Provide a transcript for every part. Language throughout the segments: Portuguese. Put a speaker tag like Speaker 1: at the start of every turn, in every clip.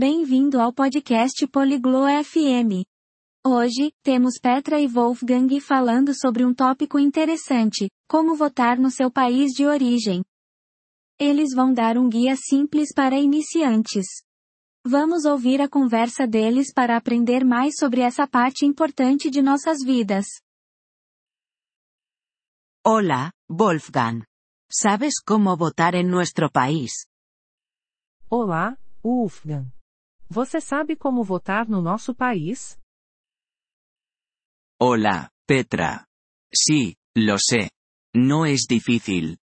Speaker 1: Bem-vindo ao podcast Poliglo FM. Hoje, temos Petra e Wolfgang falando sobre um tópico interessante: como votar no seu país de origem. Eles vão dar um guia simples para iniciantes. Vamos ouvir a conversa deles para aprender mais sobre essa parte importante de nossas vidas.
Speaker 2: Hola, Wolfgang. ¿Sabes cómo votar en nuestro país?
Speaker 3: Olá, Wolfgang. Você sabe como votar no nosso país?
Speaker 4: Hola, Petra. Sí, lo sé. No es difícil.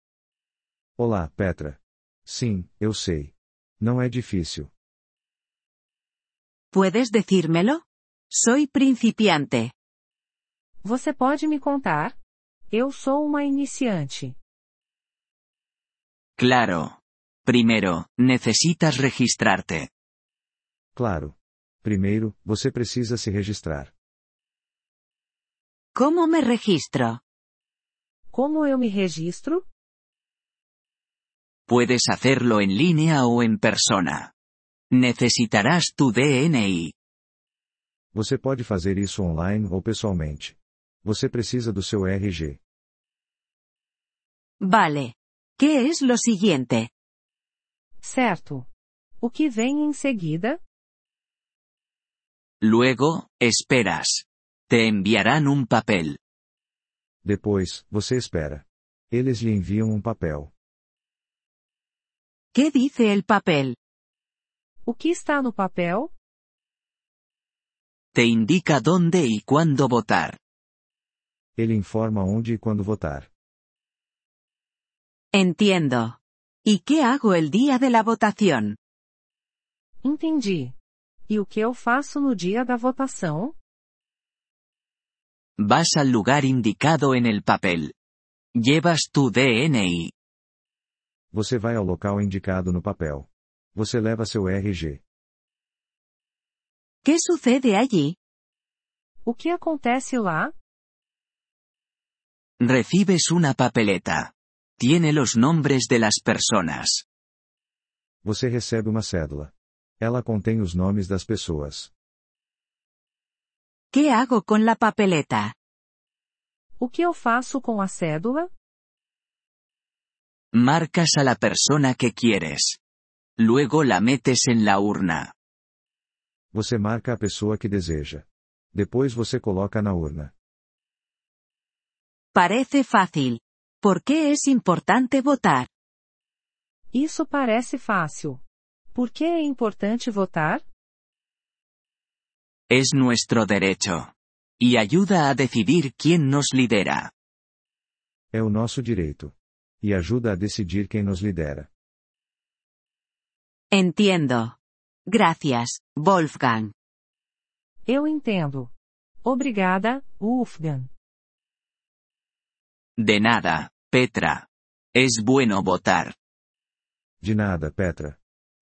Speaker 5: Olá, Petra. Sim, eu sei. Não é difícil.
Speaker 2: ¿Puedes decírmelo? Soy principiante.
Speaker 3: Você pode me contar? Eu sou uma iniciante.
Speaker 4: Claro. Primero, necesitas registrarte.
Speaker 5: Claro. Primeiro, você precisa se registrar.
Speaker 2: ¿Cómo me registro?
Speaker 3: Como eu me registro?
Speaker 4: Puedes hacerlo en línea o en persona. Necesitarás tu DNI.
Speaker 5: Você pode fazer isso online ou pessoalmente. Você precisa do seu RG.
Speaker 2: Vale. ¿Qué es lo siguiente?
Speaker 3: Certo. O que vem em seguida?
Speaker 4: Luego, esperas. Te enviarán un papel.
Speaker 5: Depois, você espera. Eles lhe enviam um papel.
Speaker 2: ¿Qué dice el papel?
Speaker 3: O que está no papel?
Speaker 4: Te indica dónde y cuándo votar.
Speaker 5: Ele informa onde e quando votar.
Speaker 2: Entiendo. ¿Y qué hago el día de la votación?
Speaker 3: Entendi. E o que eu faço no dia da votação?
Speaker 4: Vas al lugar indicado en el papel. Llevas tu DNI.
Speaker 5: Você vai ao local indicado no papel. Você leva seu RG.
Speaker 2: ¿Qué sucede allí?
Speaker 3: O que acontece lá?
Speaker 4: Recibes una papeleta. Tiene los nombres de las personas.
Speaker 5: Você recebe uma cédula. Ela contém os nomes das pessoas.
Speaker 2: ¿Qué hago con la papeleta?
Speaker 3: O que eu faço com a cédula?
Speaker 4: Marcas a la persona que quieres. Luego la metes en la urna.
Speaker 5: Você marca a pessoa que deseja. Depois você coloca na urna.
Speaker 2: Parece fácil. ¿Por qué es importante votar?
Speaker 3: Isso parece fácil. Por que é importante votar?
Speaker 4: Es nuestro derecho. Y ayuda a decidir quién nos lidera.
Speaker 5: É o nosso direito. E ajuda a decidir quem nos lidera.
Speaker 2: Entiendo. Gracias, Wolfgang.
Speaker 3: Eu entendo. Obrigada, Wolfgang.
Speaker 4: De nada, Petra. Es bueno votar.
Speaker 5: De nada, Petra.